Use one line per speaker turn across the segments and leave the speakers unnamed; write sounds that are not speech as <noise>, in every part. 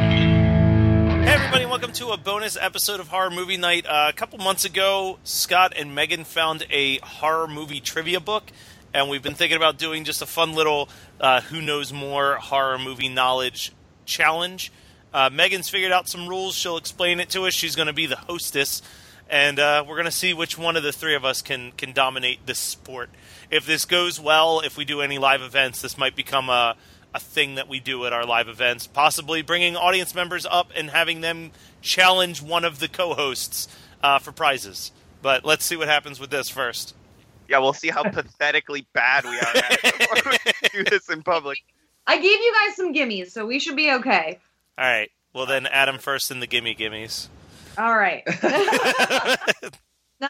Hey everybody, welcome to a bonus episode of Horror Movie Night. Uh, a couple months ago, Scott and Megan found a horror movie trivia book, and we've been thinking about doing just a fun little uh, "Who Knows More" horror movie knowledge challenge. Uh, Megan's figured out some rules; she'll explain it to us. She's going to be the hostess, and uh, we're going to see which one of the three of us can can dominate this sport. If this goes well, if we do any live events, this might become a a thing that we do at our live events, possibly bringing audience members up and having them challenge one of the co-hosts uh, for prizes. But let's see what happens with this first.
Yeah, we'll see
<laughs>
how pathetically bad we are at it before we do this in public.
I gave you guys some gimmies, so we should be okay.
All right. Well, then Adam first in the gimme gimmies.
All right.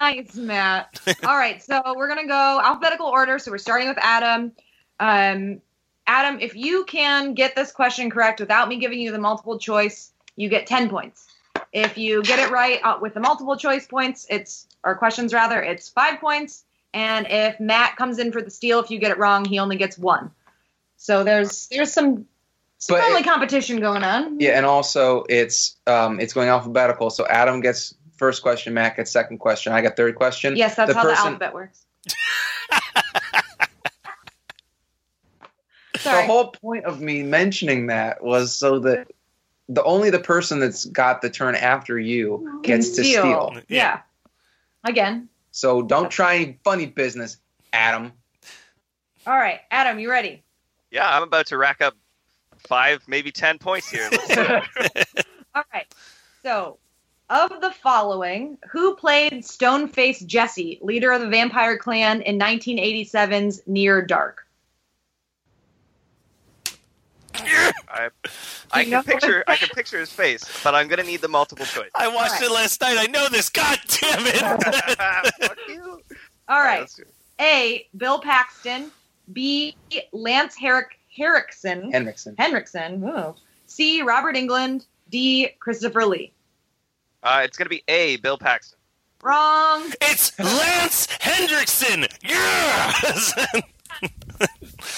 nice, Matt. All right, so we're gonna go alphabetical order. So we're starting with Adam. Um, Adam, if you can get this question correct without me giving you the multiple choice, you get ten points. If you get it right uh, with the multiple choice points, it's or questions rather, it's five points. And if Matt comes in for the steal, if you get it wrong, he only gets one. So there's there's some, some
But
friendly
it-
competition going on.
Yeah, and also it's um, it's going alphabetical. So Adam gets first question, Matt gets second question, I got third question.
Yes, that's
the
how
person,
the alphabet
<laughs>
works.
The
Sorry.
whole point of me mentioning that was so that the only the person that's got the turn after you gets to
Deal.
steal.
Yeah.
Yeah. Again.
So don't try any funny business, Adam.
All right, Adam, you ready?
Yeah, I'm about to rack up
<laughs>
five, maybe ten points here. Let's see.
All right. So, of the following, who played Stoneface Jesse, leader of the vampire clan in 1987's Near Dark?
I, I
know
can picture I can picture his face, but I'm gonna need the multiple
<laughs>
choice.
I watched it last night. I know this. God damn it!
<laughs> Ah, Fuck you.
All right.
Let's do it.
A. Bill Paxton. B. Lance Herrick Herrickson.
Henriksen.
Henriksen. Whoa. C. Robert England. D. Christopher Lee.
Uh, it's gonna be A. Bill Paxton.
Wrong.
It's Lance Hendrickson. Yes.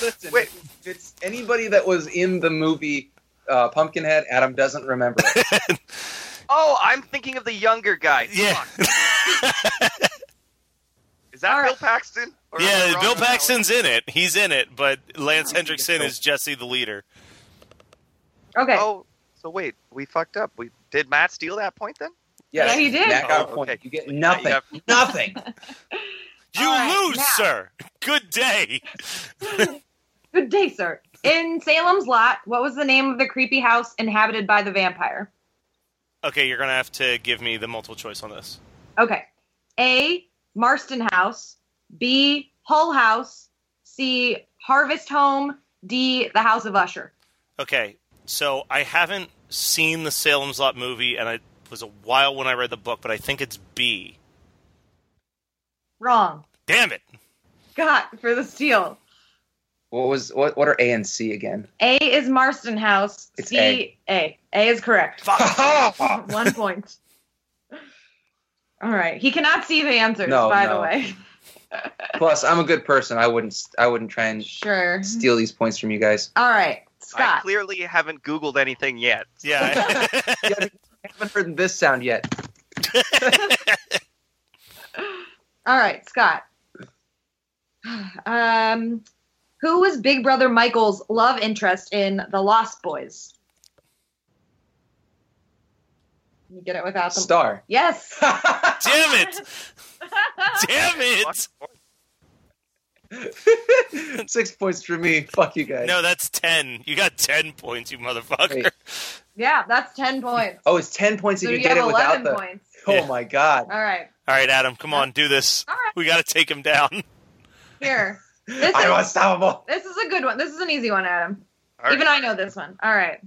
Listen,
Wait.
if it's anybody that was in the movie uh, Pumpkinhead, Adam doesn't remember. it.
Oh, I'm thinking of the younger guy.
yeah,
Fuck. Is that
All right.
Bill Paxton? Or am I
yeah.
wrong
Bill
on that
Paxton's in it. He's in it, but
Oh,
Lance Hendrickson is Jesse the leader.
Okay.
one? Oh, so wait, we fucked up. We did Matt steal that point then?
<laughs>
Yes,
Yeah, he did.
That got a
Oh,
point.
okay.
You get nothing.
Yeah,
<laughs>
Nothing.
You
All right,
lose,
now-
sir. Good day.
Good day, sir. In Salem's Lot, what was the name of the creepy house inhabited by the vampire?
Okay, you're gonna have to give me the multiple choice on this.
Okay. A. Marston House. B. Hull House. C. Harvest Home. D. The House of Usher.
Okay, so I haven't seen the Salem's Lot movie, and it was a while when I read the book, but I think it's B.
Wrong.
Damn it!
Got for the steal.
What was what? What are A and C again?
A is Marston House.
It's
C A. A.
<laughs>
is correct.
<laughs> Fuck.
One point. All right. He cannot see the answers,
No,
by the
no.
way.
Plus, I'm a good person. I wouldn't. I wouldn't try and
Sure.
steal these points from you guys.
All right.
I
Scott.
clearly haven't Googled anything yet.
Yeah. <laughs>
I haven't heard this sound yet.
All right, Scott. Um, who was Big Brother Michael's love interest in The Lost Boys? You get it without the
Star. <laughs>
Yes.
Damn it! Damn it!
Six points for me. Fuck you guys.
No, that's ten. You got ten points, you motherfucker.
Wait.
yeah, that's ten points.
Oh, it's ten points if
so
you
you
did
have
it without
eleven
the.
points.
Oh my god.
All right.
All right, Adam, come on, do this.
All right.
We got to take him down.
Here. This
I'm
is,
unstoppable.
this is a good one. This is an easy one, Adam.
All right.
Even I know this one. All right.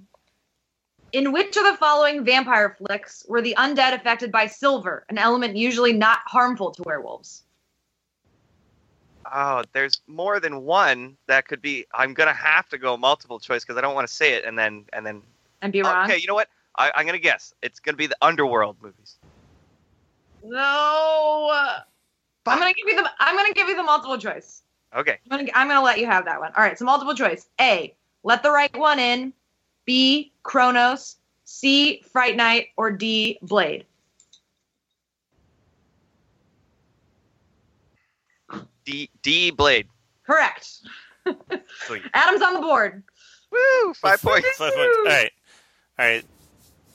In which of the following vampire flicks were the undead affected by silver, an element usually not harmful to werewolves?
Oh, there's more than one that could be. I'm gonna have to go multiple choice because I don't want to say it and then and then.
And be wrong.
Okay, you know what? I, I'm gonna guess. It's gonna be the underworld movies.
No. I'm
Fuck.
gonna give you the. I'm gonna give you the multiple choice.
Okay.
I'm gonna, I'm gonna let you have that one. All right. So multiple choice. A. Let the right one in. B. Kronos. C. Fright Night. Or D. Blade.
D D Blade.
Correct.
Sweet.
<laughs> Adam's on the board.
Woo! Five points.
Five points. All right. All right.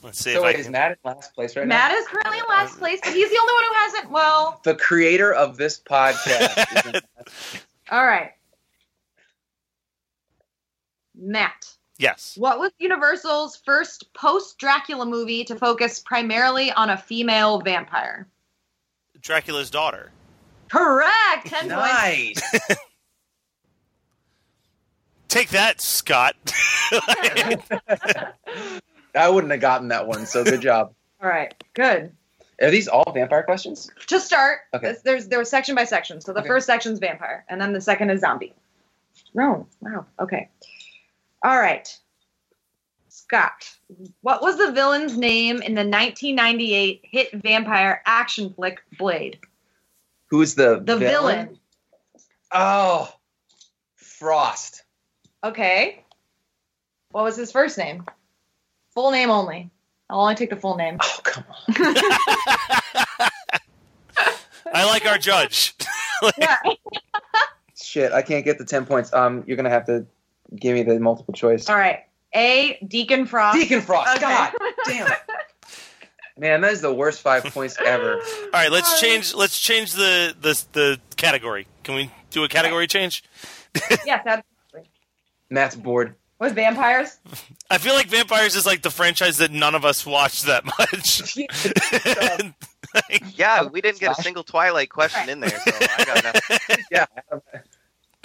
Let's see
So
if
wait,
I
is
can.
Matt in last place right now?
Matt is currently in last place, but he's the only one who hasn't. Well,
The creator of this
<laughs>
<laughs>
podcast. is in last
All right. Matt,
Yes.
what was Universal's first post Dracula movie to focus primarily on a female vampire?
Dracula's daughter.
Correct. 10 points.
nice.
Take that, Scott. <laughs>
I wouldn't have gotten that one, so good job.
All right. Good.
Are these all vampire questions?
To start,
Okay.
this- there's there was section by section. So the
Okay.
first section's vampire, and then the second is zombie. No. Wow. Okay. All right. Scott, what was the villain's name in the 1998 hit vampire action flick Blade?
Who's the
The villain.
Oh, Frost.
Okay. What was his first name? Full name only. I'll only take the full name.
Oh come on.
I like our judge.
yeah.
Shit, I can't get the ten points. Um, you're gonna have to give me the multiple choice.
All right. A. Deacon Frost.
Deacon Frost.
Okay. <laughs>
God damn it. Man, that is the worst five points ever.
All right, let's change. Let's change the the the category. Can we do a category change?
yes, absolutely.
Matt's bored.
with vampires.
I feel like Vampires is like the franchise that none of us watch that <laughs> much. Like,
Yeah, we didn't get a single Twilight question in there, so I got nothing.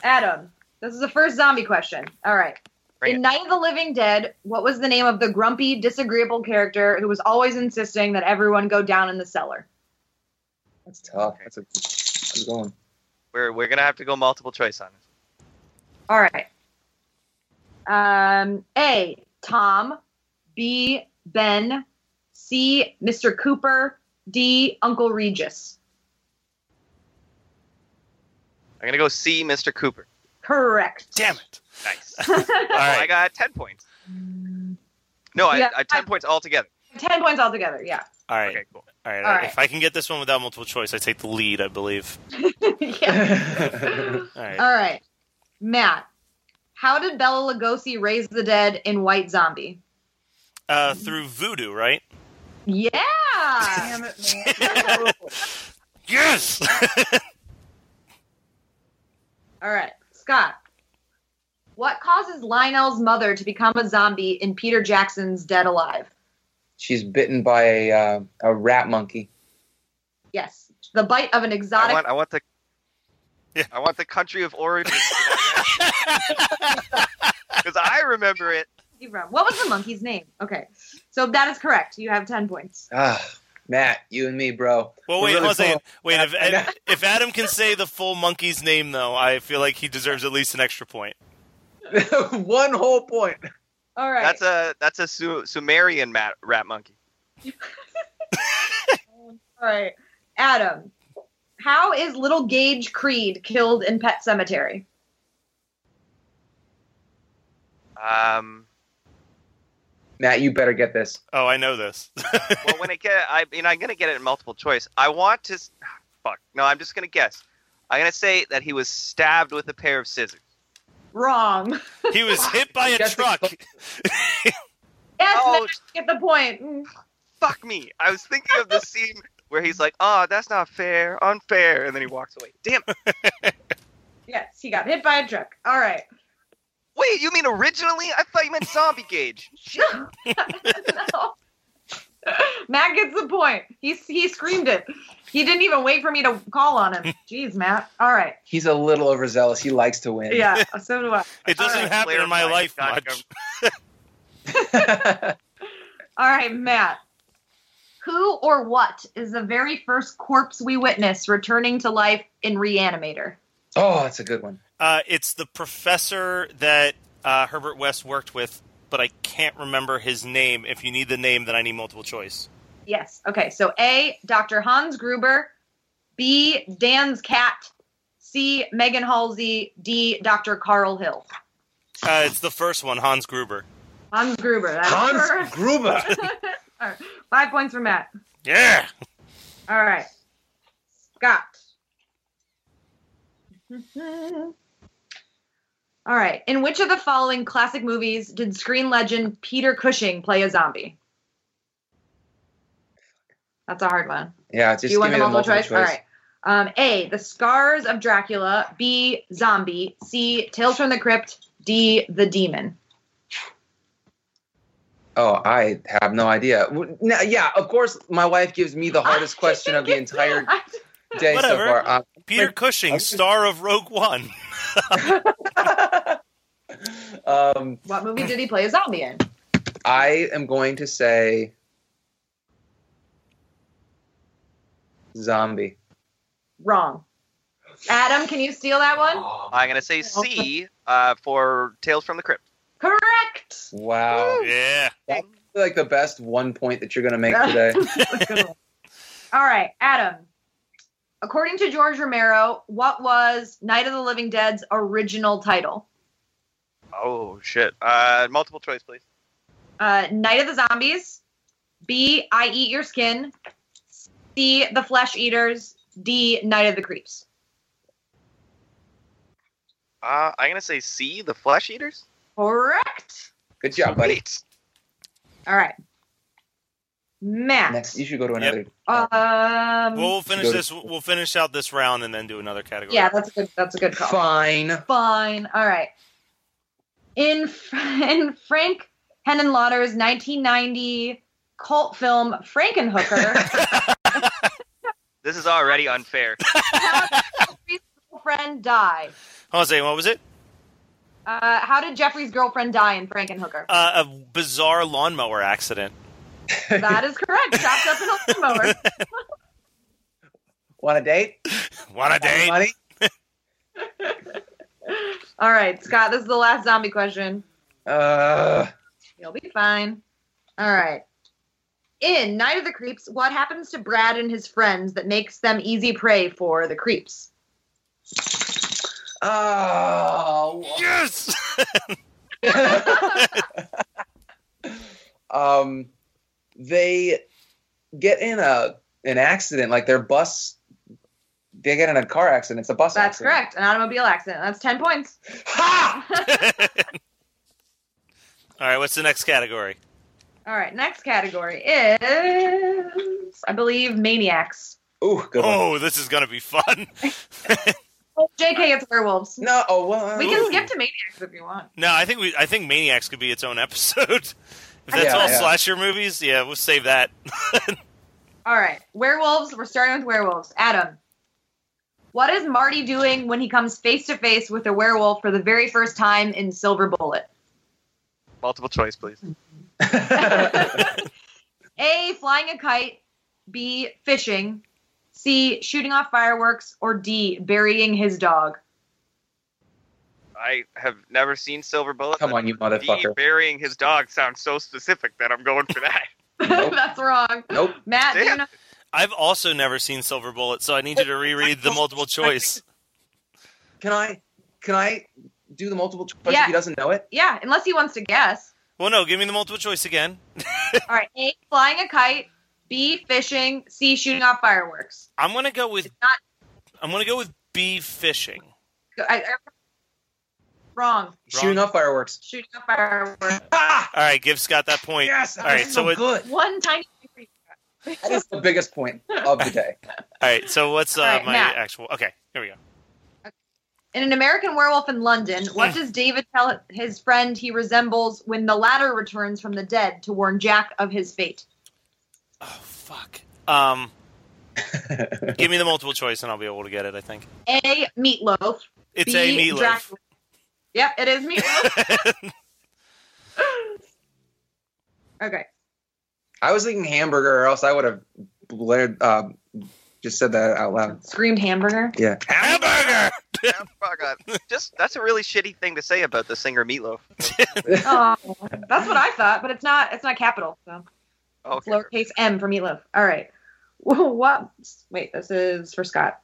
Adam, this is the first zombie question. All right.
Bring
in
it.
Night of the Living Dead, what was the name of the grumpy, disagreeable character who was always insisting that everyone go down in the cellar?
That's tough. That's a that's a good one.
We're we're gonna have to go multiple choice on it.
All right. Um, A. Tom. B. Ben. C. Mr. Cooper. D. Uncle Regis.
I'm gonna go see Mr. Cooper.
Correct.
damn it!
Nice.
All
I
right,
got ten points. No, I,
Yeah.
I ten points altogether.
Ten points altogether. Yeah. <laughs>
all right,
Okay, cool.
all right.
All right.
If I can get this one without multiple choice, I take the lead, I believe.
yeah. <laughs>
All right.
All right, Matt. How did Bella Lugosi raise the dead in White Zombie?
Uh, through voodoo, right?
Yeah.
Damn it, man.
Yes.
<laughs>
<laughs>
All right, Scott. What causes Lionel's mother to become a zombie in Peter Jackson's Dead Alive?
She's bitten by a uh, a rat monkey.
Yes, the bite of an
I
exotic.
want I want the
Yeah.
I want the country of
<laughs>
origin <laughs> because I remember it.
monkey from- What was the monkey's name? Okay, so that is correct. You have ten points.
Ah, Matt, you and me, bro. <laughs>
well,
We're
wait,
really
hold on.
close.
Wait, if,
I know.
Ad- if Adam can say the full monkey's name, though, I feel like he deserves at least an extra point.
one whole point.
All right.
That's a that's a Su- Sumerian mat, rat monkey.
All right, Adam. How is little Gage Creed killed in Pet Cemetery?
Um,
Matt, you better get this.
Oh, I know this. <laughs>
well, when I get, I mean, I'm gonna get it in multiple choice. I want to, s- ah, fuck. No, I'm just gonna guess. I'm gonna say that he was stabbed with a pair of scissors.
Wrong. <laughs>
He was hit
<laughs>
by a
That's
truck.
Yes,
Oh.
Matt, get the point. Mm.
Fuck me. I was thinking
<laughs>
of the scene where he's like, "Oh, that's not fair, unfair," and then he walks away. Damn.
Yes, he got hit by a truck. All right.
Wait, you mean originally? I thought you meant zombie gauge. Shit.
No. <laughs> Matt gets the point. He he screamed it. He didn't even wait for me to call on him. Jeez, Matt. All right.
He's a little overzealous. He likes to win.
Yeah. So do I.
It doesn't
Alright,
happen in my
clarifying.
life
Got it.
much.
All right, Matt. Who or what is the very first corpse we witness returning to life in Reanimator?
<laughs> Oh, that's a good one.
Uh, it's the professor that uh, Herbert West worked with, but I can't remember his name. If you need the name, then I need multiple choice.
Yes. Okay. So A. Dr. Hans Gruber. B. Dan's cat. C. Megan Halsey. D. Dr. Carl Hill.
Uh, it's the first one, Hans Gruber.
Hans Gruber. That's
Hans Gruber.
<laughs> Five points for Matt.
Yeah.
All right. Scott. <laughs> All right. In which of the following classic movies did screen legend Peter Cushing play a zombie? That's a hard one.
Yeah, just
Do you
give
want
me
the
the
multiple choice? All
choice.
right. Um, a. The Scars of Dracula. B. Zombie. C. Tales from the Crypt. D. The Demon.
Oh, I have no idea. W- Now, yeah, of course, my wife gives me the
<laughs>
hardest
I
question of the
didn't
entire
get-
day
Whatever.
so far. Uh,
Peter Cushing, star of Rogue
<laughs>
One.
um,
What movie did he play a zombie in?
I am going to say zombie.
Wrong. Adam, can you steal that one?
I'm gonna say
Oh.
C uh, for Tales from the Crypt.
Correct.
Wow.
Yeah.
Like the best one point that you're going to make today.
All right, Adam. According to George Romero, what was Night of the Living Dead's original title?
Oh shit. Uh, multiple choice, please.
Uh, Night of the Zombies, B, I Eat Your Skin, C, The Flesh Eaters, D, Night of the Creeps.
Uh, I'm gonna say C, the Flesh Eaters.
Correct.
Good job, buddy.
Wait.
All right. Matt.
Next, you should go to
Yep.
another.
Um,
Well, we'll finish
Go to-
this. We'll finish out this round and then do another category.
yeah, that's a good, that's a good call.
Fine.
Fine. All right. in <laughs> in Frank Henenlotter's 1990 cult film Frankenhooker,
This is already unfair.
how did Jeffrey's girlfriend die?
Jose, what was it?
Uh, how did Jeffrey's girlfriend die in Frankenhooker?
Uh, a bizarre lawnmower accident.
that is correct. Chopped up in a lawnmower.
Want a date?
What a
Want
day!
Money?
All right, Scott. This is the last zombie question.
Uh,
You'll be fine. All right. In Night of the Creeps, what happens to Brad and his friends that makes them easy prey for the creeps?
oh.
Yes! <laughs>
um, they get in a an accident. Like their bus, they get in a car accident. It's a bus
That's
accident.
correct. An automobile accident. That's 10 points.
Ha!
All right, what's the next category?
All right, next category is, I believe, maniacs.
Ooh, good one.
Oh, this is going to be fun.
JK, it's werewolves.
No, oh well.
We can skip to maniacs if you want.
No, I think we. I think Maniacs could be its own episode. <laughs> if that's
Yeah,
all
yeah.
slasher movies, yeah, we'll save that. <laughs>
All right, werewolves. We're starting with werewolves. Adam, what is Marty doing when he comes face to face with a werewolf for the very first time in Silver Bullet?
<laughs> Multiple choice, please.
A. Flying a kite. B. Fishing. C. Shooting off fireworks. Or D. Burying his dog. <laughs>
I have never seen Silver Bullet.
<laughs> Come on, you
D
motherfucker.
burying his dog sounds so specific that I'm going for that.
Nope.
That's wrong.
Nope.
Matt, do you
Damn.
know?
I've also never seen Silver Bullet, so I need you to reread the multiple choice.
Can I? Can I do the multiple choice
Yeah.
if he doesn't know it?
Yeah, unless he wants to guess.
Well, no, give me the multiple choice again.
All right. A. Flying a kite. B. Fishing. C. Shooting off fireworks.
I'm gonna go with.
not-
I'm gonna go with bee fishing.
I- I- wrong.
Shooting off fireworks.
Shooting off fireworks.
Ah!
All right, give Scott that point.
Yes. That
All right,
was
so
so
what-
good.
One tiny. thing.
That is the biggest point of the day.
All right, so what's uh,
All right,
my
Matt.
actual? Okay, here we go.
In an American werewolf in London, what
Hmm.
does David tell his friend he resembles when the latter returns from the dead to warn Jack of his fate?
Oh fuck. Um, give me the multiple choice, and I'll be able to get it. I think
A. Meatloaf.
it's
B,
a meatloaf.
Dracula. Yep, it is meatloaf.
<laughs>
okay.
I was thinking hamburger, or else I would have blared, uh, just said that out loud.
Screamed hamburger.
Yeah.
<laughs> Hamburger.
<laughs> Yeah, fuck on. <laughs> Just that's a really shitty thing to say about the singer Meatloaf.
Oh, that's what I thought, but it's not. It's not capital. So
Oh,
it's lowercase m for meatloaf. All right. <laughs> Whoa, What? Wait, this is for Scott.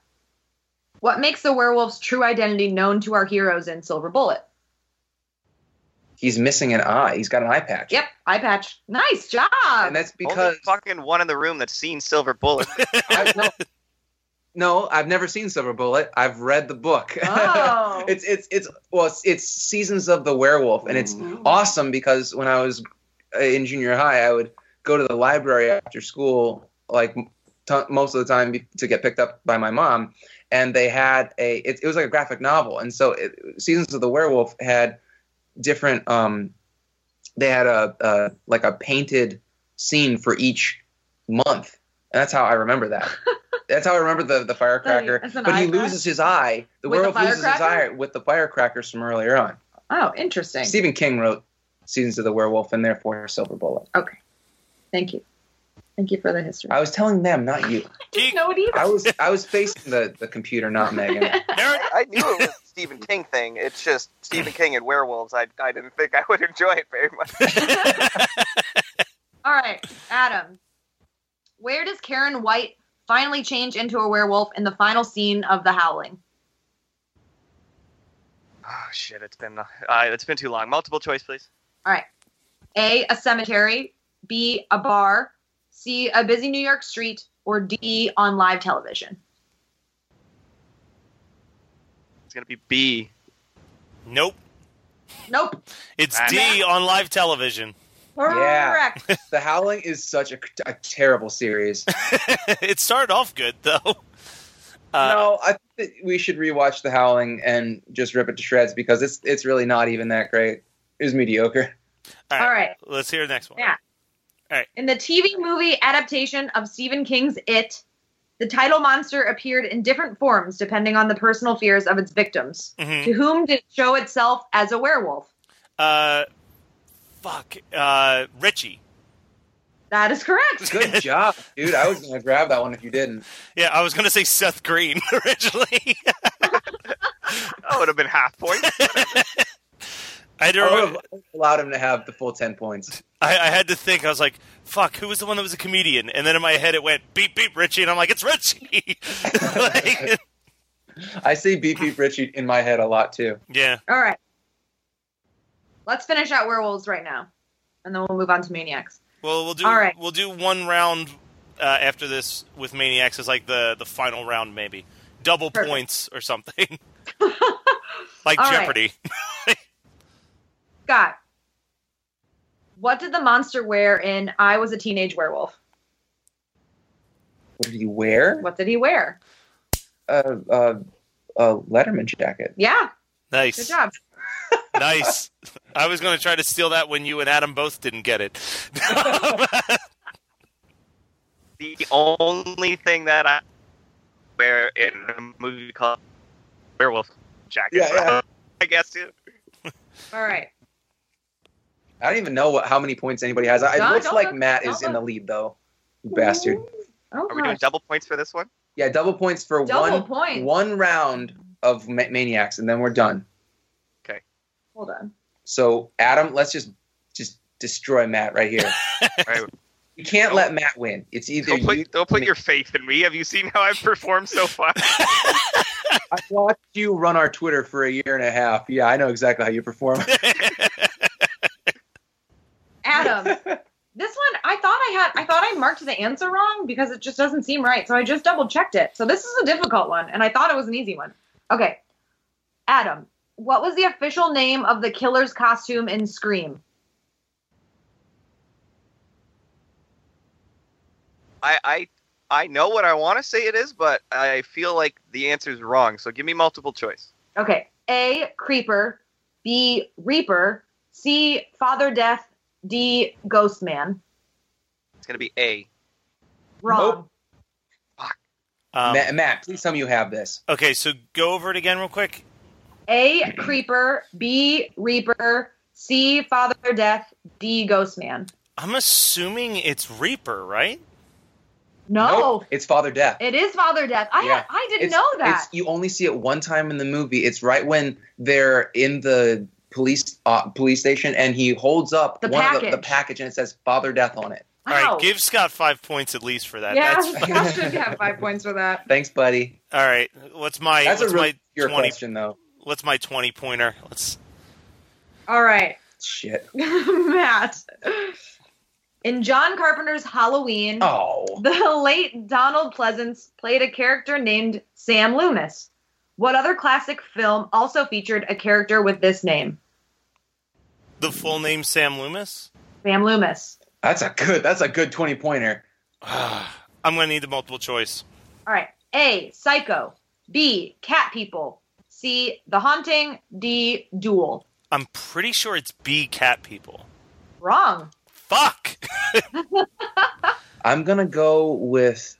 What makes the werewolf's true identity known to our heroes in Silver Bullet?
He's missing an eye. He's got an eye patch.
Yep, eye patch. Nice job.
And that's
Only
because
fucking one in the room that's seen Silver Bullet.
I, no, no, I've never seen Silver Bullet. I've read the book. <laughs>
Oh.
it's it's it's well, it's, it's Seasons of the Werewolf, and it's awesome because when I was uh, in junior high, I would go to the library after school, like t- most of the time, be- to get picked up by my mom. And they had a it, it was like a graphic novel, and so it, Seasons of the Werewolf had different. um They had a, a like a painted scene for each month, and that's how I
<laughs>
remember that. that's how I remember the the firecracker.
That's an
But
eye
he
patch?
loses his eye. The
With a
werewolf loses his eye
firecracker?
with the firecrackers from earlier on.
oh, interesting.
Stephen King wrote Seasons of the Werewolf and therefore Silver Bullet.
Thank you. Thank you for the history.
I was telling them, not you.
Geek.
no, it either.
I was I was facing the, the computer, not
<laughs>
Megan.
Nerd.
<laughs> I knew it was a Stephen King thing. It's just Stephen King and werewolves. I, I didn't think I would enjoy it very much.
All right, Adam. Where does Karen White finally change into a werewolf in the final scene of The Howling?
Oh shit! It's been uh, it's been too long. Multiple choice, please.
A. A cemetery. B. A bar. C. A busy New York street. Or D. On live television.
It's gonna be B.
Nope.
Nope.
It's
Ah.
D on live television. <laughs>
Yeah.
Correct.
the Howling is such a, a terrible series.
it started off good though. <laughs> Uh,
no, I think that we should rewatch The Howling and just rip it to shreds because it's it's really not even that great. it was mediocre.
All
All right.
Let's hear the next one.
Yeah. In the TV movie adaptation of Stephen King's It, the title monster appeared in different forms depending on the personal fears of its victims.
Mhm.
To whom did it show itself as a werewolf?
Uh, fuck. Uh, Richie.
That is correct.
<laughs> Good job, dude. I was gonna grab that one if you didn't.
Yeah, I was gonna say Seth Green <laughs> originally.
That would have been half point.
I don't.
I
remember-
would have allowed him to have the full ten points.
I, I had to think. I was like, "Fuck, who was the one that was a comedian?" And then in my head, it went beep beep Richie, and I'm like, "It's Richie." <laughs> Like, <laughs>
I see BP Richie in my head a lot too.
yeah.
All right. Let's finish out werewolves right now, and then we'll move on to maniacs.
Well, we'll do.
All right.
We'll do one round uh, after this with Maniacs as like the the final round, maybe double
Perfect.
points or
<laughs>
something, like
All right.
Jeopardy. <laughs>
Scott, what did the monster wear in I Was a Teenage Werewolf?
What did he wear?
What did he wear?
A uh, uh, a Letterman jacket.
Yeah, good
Nice,
job.
<laughs> nice. I was going to try to steal that when you and Adam both didn't get it. <laughs>
the only thing that I wear in a movie called Werewolf Jacket.
Yeah, yeah.
<laughs> I guess too.
All right.
I don't even know what, how many points anybody has. I, it
Don't-
looks
don't
like
look-
Matt
don't
is in
look.
the lead though. You bastard.
Oh,
Are we doing
gosh.
double points for this one?
Yeah, double points for
Double
one
points.
one round of ma- maniacs, and then we're done.
Hold on.
So Adam, let's just just destroy Matt
<laughs>
right here.
All right.
You can't
Don't-
let Matt win. It's either
Don't
you.
put, don't put
me.
your faith in me. Have you seen how I've performed so far?
I watched you run our Twitter for a year and a half. Yeah, I know exactly how you perform.
<laughs>
<laughs>
Adam, this one I thought I had I thought I marked the answer wrong because it just doesn't seem right. So I just double checked it. So this is a difficult one and I thought it was an easy one. Okay. Adam, what was the official name of the killer's costume in Scream?
I, I I know what I want to say it is, but I feel like the answer's wrong. So give me multiple choice.
Okay. A creeper, B reaper, C father death, D ghost man.
It's gonna be A.
Wrong.
Um,
Matt, Matt, please tell me you have this.
okay, so go over it again real quick.
A creeper, B reaper, C father death, D ghost man.
I'm assuming it's Reaper, right?
No.
Nope, it's Father Death.
It is Father Death. I
Yeah.
I didn't
It's-
know
It's,
that.
you only see it one time in the movie. It's right when they're in the police uh, police station, and he holds up
The
one of
package.
the, the package, and it says Father Death on it.
Wow.
All right, give Scott five points at least for that.
yeah,
That's,
<laughs> I should have
<laughs>
five points for that.
Thanks, buddy.
all right, what's my
That's a
what's
really
my
your
twenty?
question, though.
What's my twenty pointer? Let's.
All right, <laughs>
Shit.
Matt. In John Carpenter's Halloween,
Oh,
the late Donald Pleasance played a character named Sam Loomis. What other classic film also featured a character with this name,
The full name Sam Loomis.
Sam Loomis?
that's a good. That's a good twenty pointer.
<sighs> I'm gonna need the multiple choice.
All right, A. Psycho, B. Cat People, C. The Haunting, D. Duel.
I'm pretty sure it's B cat people.
Wrong. <laughs>
Fuck.
I'm gonna go with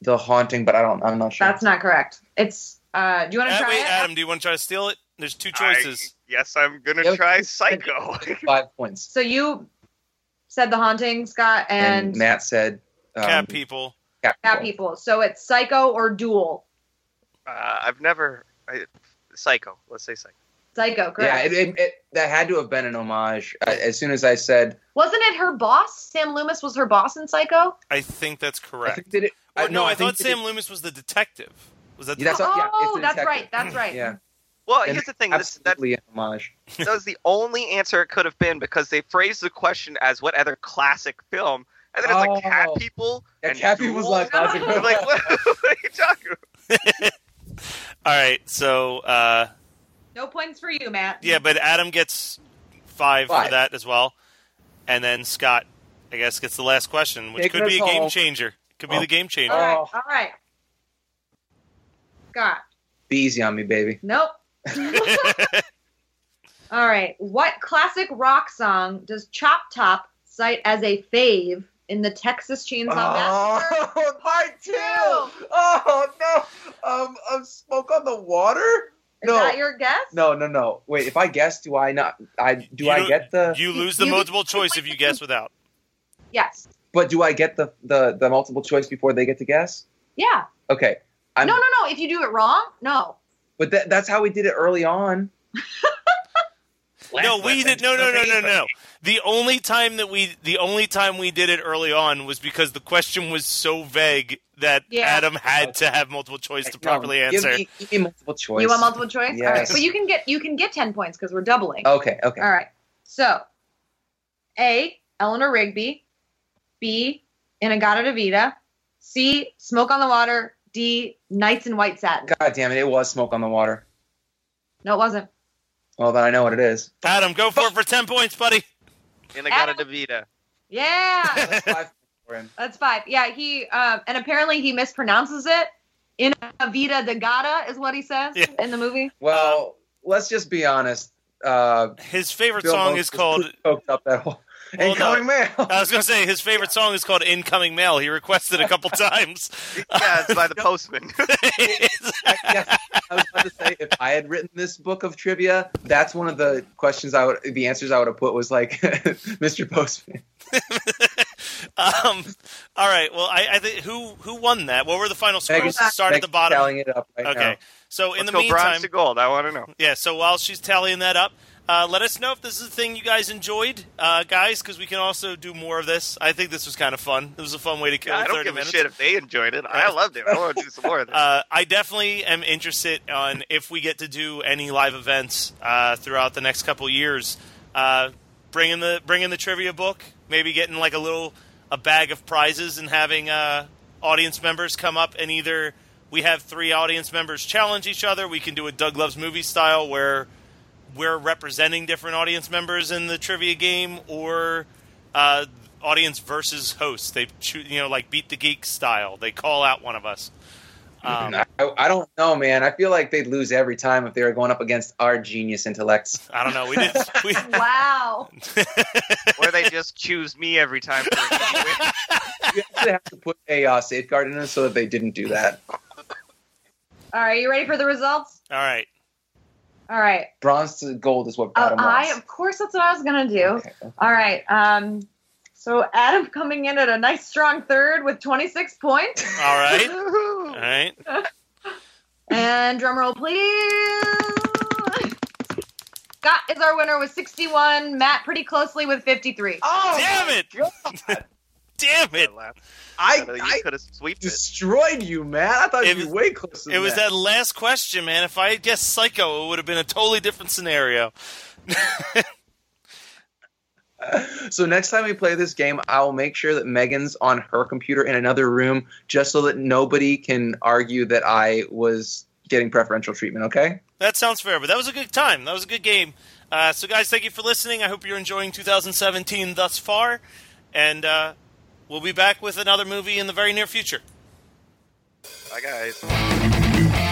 the haunting, but I don't. I'm not sure.
That's not correct. It's. Uh, do you want to
Uh,
try
wait,
it?
Adam, do you want to try to steal it? There's two
I-
choices.
yes, I'm gonna
Yep.
try Psycho.
<laughs>
<laughs>
five points.
So you said the haunting, Scott,
And,
and,
Matt said, um,
cat people.
cat
cat people. So it's psycho or duel.
uh, I've never I, Psycho. Let's say Psycho.
Psycho, correct.
Yeah, it, it, it, that had to have been an homage. I, as soon as I said,
Wasn't it her boss? Sam Loomis was her boss in Psycho.
I think that's
I
correct.
think did it.
Or no, I,
think
thought
did
Sam
it-
Loomis was the detective. Was that?
Yeah, that's-
the-
all-
oh,
it's a
that's
detective.
right. That's right.
Yeah,
Well,
And
here's the thing. This, that,
absolutely an homage.
that was the only answer it could have been because they phrased the question as what other classic film, and then it's like Cat
Oh.
People.
Yeah,
and
Cappy was
Duel.
like, that's a
I'm <laughs>
good
like,
one.
what, what are you talking about?
all right. So uh,
No points for you, Matt.
yeah, but Adam gets five, for
Five.
that as well, and then Scott, I guess, gets the last question, which
Take
could be a
us
game
home.
changer. Could be
Oh.
the game
All
changer.
right.
Oh.
All right. Scott.
<laughs> Be easy on me, baby.
Nope. All All right. What classic rock song does Chop Top cite as a fave in the Texas Chainsaw Massacre?
Oh, <laughs> part two. Oh no. Um, um, smoke on the water.
Is
no.
that your guess?
no, no, no. Wait, if I guess, do I not? I do
You
I
don't-
get the?
You lose the
You-
<laughs>
multiple choice if you guess without.
Yes.
But do I get the the the multiple choice before they get to guess?
Yeah.
Okay. I'm,
no, no, no. If you do it wrong, no.
But that, that's how we did it early on.
no, we did. No, no, no, no, no. The only time that we, the only time we did it early on was because the question was so vague that
Yeah.
Adam had to have multiple choice to properly
No, give
answer.
me- give me multiple choice.
You want multiple choice? All right.
Yes.
But you can get you can get ten points because we're doubling.
Okay. Okay.
All right. So, A. Eleanor Rigby. B. Inagata Davida. C. Smoke on the Water. D. Knights in White Satin.
God damn it! It was smoke on the water.
No, it wasn't.
Well, then I know what it is.
<laughs> Adam, go for it for ten points, buddy.
And I got a DeVita.
Yeah,
<laughs> That's five for him.
that's five. Yeah, he um, and apparently he mispronounces it. In Vida de Gata is what he says
Yeah.
in the movie.
Um,
Well, let's just be honest. Uh,
His favorite
Bill
song
Moses
is called.
Poked up that whole.
Well, no. Uh, <laughs>
Incoming mail.
I was going to say his favorite song is called "Incoming Mail." He requested a
<laughs>
couple times. <laughs>
Yeah, it's by the postman.
<laughs> yes, I was about to say if I had written this book of trivia, that's one of the questions I would, the answers I would have put was like, <laughs> Mr. Postman.
um, all right. Well, I, I think who who won that? What were the final scores?
Megan-
Start at the
Meg's
bottom.
tallying it up right
okay.
now.
So in
<laughs> Let's
the
go
meantime,
bronze to gold. I want to know.
Yeah, so while she's tallying that up, uh, let us know if this is a thing you guys enjoyed, uh, guys, because we can also do more of this. I think this was kind of fun. It was a fun way to kill
Yeah, I
30
don't give
minutes.
a shit if they enjoyed it. I
Right.
loved it. I want to do some more of this.
Uh, I definitely am interested on if we get to do any live events uh, throughout the next couple years. Uh, bringing the bringing the trivia book, maybe getting like a little a bag of prizes and having uh, audience members come up and either we have three audience members challenge each other. We can do a Doug Loves Movie style where we're representing different audience members in the trivia game or uh, audience versus host. They choose, you know, like beat the geek style. They call out one of us.
<laughs>
Um,
I, I don't know, man. I feel like they'd lose every time if they were going up against our
<laughs>
genius intellects.
I don't know. We did. We,
Wow.
or they just <laughs> choose me every time.
<laughs>
For a
You actually have to put a uh, safeguard in it so that they didn't do that.
All right, you ready for the results?
all right.
All right.
Bronze to gold is what
Oh,
Adam
I
wants.
of course that's what I was gonna do.
Okay.
All right. Um, so Adam coming in at a nice strong third with 26 points.
All right. All
Woohoo.
right.
And drum roll, please. Scott is our winner with 61. Matt pretty closely with 53.
Oh,
Damn it! <laughs> Damn it!
I,
I,
I
could have sweeped it.
destroyed you, man. I thought
It
you'd be
was-
way closer.
It
than
was
that.
that last question, man. If I had guessed Psycho, it would have been a totally different scenario.
So next time we play this game, I will make sure that Megan's on her computer in another room, just so that nobody can argue that I was getting preferential treatment. Okay?
That sounds fair, but that was a good time. That was a good game. Uh, so, guys, thank you for listening. I hope you're enjoying 2017 thus far, and uh, we'll be back with another movie in the very near future.
Bye, guys.